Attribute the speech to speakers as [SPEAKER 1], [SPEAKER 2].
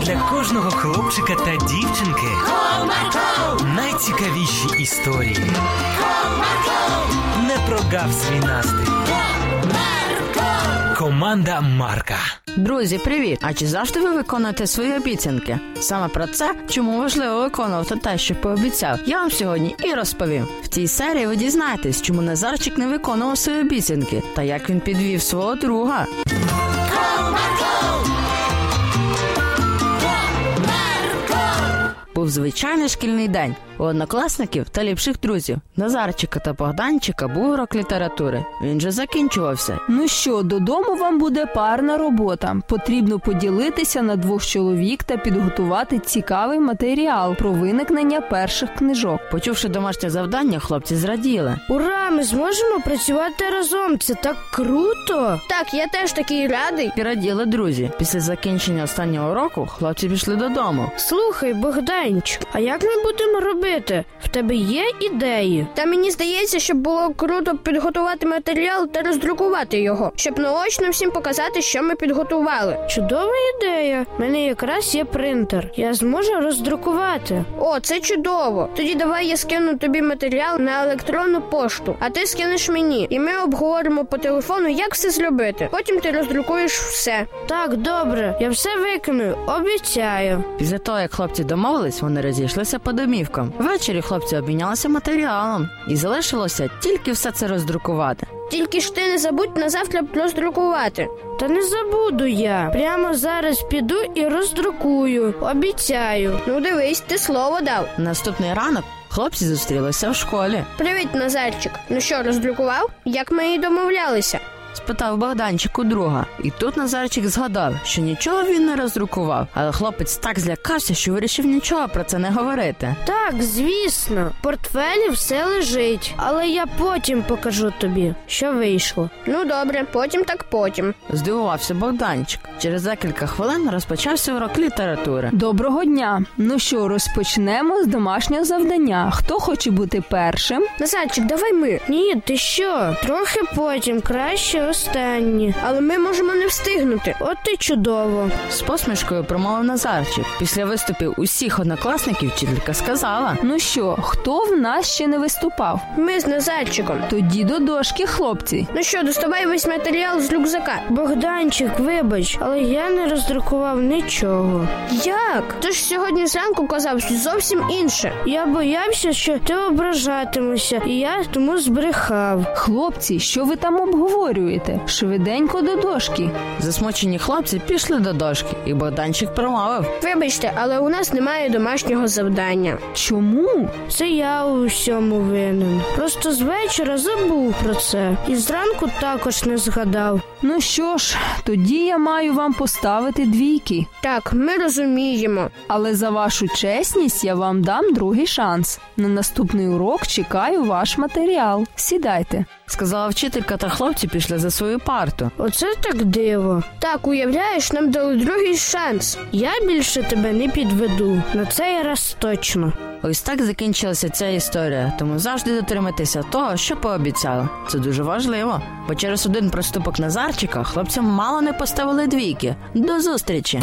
[SPEAKER 1] для кожного хлопчика та дівчинки
[SPEAKER 2] Marco,
[SPEAKER 1] найцікавіші історії. Не прогав свій настрій. Команда Марка.
[SPEAKER 3] Друзі, привіт! А чи завжди ви виконуєте свої обіцянки? Саме про це, чому важливо виконувати те, що пообіцяв, я вам сьогодні і розповім. В цій серії ви дізнаєтесь, чому Назарчик не виконував свої обіцянки та як він підвів свого друга. Був звичайний шкільний день. У однокласників та ліпших друзів Назарчика та Богданчика був урок літератури. Він же закінчувався.
[SPEAKER 4] Ну що, додому вам буде парна робота. Потрібно поділитися на двох чоловік та підготувати цікавий матеріал про виникнення перших книжок.
[SPEAKER 3] Почувши домашнє завдання, хлопці зраділи.
[SPEAKER 5] Ура! Ми зможемо працювати разом. Це так круто.
[SPEAKER 6] Так, я теж такий радий.
[SPEAKER 3] І раділи друзі. Після закінчення останнього уроку хлопці пішли додому.
[SPEAKER 5] Слухай, Богданчик, а як ми будемо робити? В тебе є ідеї?
[SPEAKER 6] Та мені здається, що було круто підготувати матеріал та роздрукувати його, щоб наочно всім показати, що ми підготували.
[SPEAKER 5] Чудова ідея. У мене якраз є принтер. Я зможу роздрукувати.
[SPEAKER 6] О, це чудово. Тоді давай я скину тобі матеріал на електронну пошту, а ти скинеш мені, і ми обговоримо по телефону, як все зробити. Потім ти роздрукуєш все.
[SPEAKER 5] Так, добре, я все виконую, обіцяю.
[SPEAKER 3] Після того, як хлопці домовились, вони розійшлися по домівкам. Ввечері хлопці обмінялися матеріалом, і залишилося тільки все це роздрукувати.
[SPEAKER 6] Тільки ж ти не забудь на завтра роздрукувати.
[SPEAKER 5] Та не забуду я. Прямо зараз піду і роздрукую. Обіцяю.
[SPEAKER 6] Ну дивись, ти слово дав.
[SPEAKER 3] Наступний ранок хлопці зустрілися в школі.
[SPEAKER 6] Привіт, Назарчик. Ну що, роздрукував? Як ми і домовлялися?
[SPEAKER 3] Спитав Богданчик у друга, і тут Назарчик згадав, що нічого він не роздрукував, але хлопець так злякався, що вирішив нічого про це не говорити.
[SPEAKER 5] Так, звісно, в портфелі все лежить, але я потім покажу тобі, що вийшло.
[SPEAKER 6] Ну добре, потім так потім.
[SPEAKER 3] Здивувався Богданчик. Через декілька хвилин розпочався урок літератури.
[SPEAKER 4] Доброго дня! Ну що, розпочнемо з домашнього завдання. Хто хоче бути першим?
[SPEAKER 6] Назарчик, давай ми.
[SPEAKER 5] Ні, ти що? Трохи потім, краще останні.
[SPEAKER 6] Але ми можемо не встигнути.
[SPEAKER 5] От і чудово.
[SPEAKER 3] З посмішкою промовив Назарчик. Після виступів усіх однокласників вчителька сказала.
[SPEAKER 4] Ну що, хто в нас ще не виступав?
[SPEAKER 6] Ми з Назарчиком.
[SPEAKER 4] Тоді до дошки, хлопці.
[SPEAKER 6] Ну що, доставай весь матеріал з рюкзака.
[SPEAKER 5] Богданчик, вибач, але я не роздрукував нічого.
[SPEAKER 6] Як? Ти ж сьогодні зранку казав зовсім інше.
[SPEAKER 5] Я боявся, що ти ображатимешся, і я тому збрехав.
[SPEAKER 4] Хлопці, що ви там обговорюєте? Швиденько до дошки.
[SPEAKER 3] Засмучені хлопці пішли до дошки, і Богданчик промовив.
[SPEAKER 6] Вибачте, але у нас немає домашнього завдання.
[SPEAKER 4] Чому?
[SPEAKER 5] Це я у всьому винен. Просто з вечора забув про це. І зранку також не згадав.
[SPEAKER 4] Ну що ж, тоді я маю вам поставити двійки.
[SPEAKER 6] Так, ми розуміємо.
[SPEAKER 4] Але за вашу чесність я вам дам другий шанс. На наступний урок чекаю ваш матеріал. Сідайте.
[SPEAKER 3] Сказала вчителька, та хлопці пішли за свою парту.
[SPEAKER 5] Оце так диво.
[SPEAKER 6] Так, уявляєш, нам дали другий шанс.
[SPEAKER 5] Я більше тебе не підведу. На цей раз точно.
[SPEAKER 3] Ось так закінчилася ця історія, тому завжди дотримайтеся того, що пообіцяли. Це дуже важливо, бо через один проступок Назарчика хлопцям мало не поставили двійки. До зустрічі!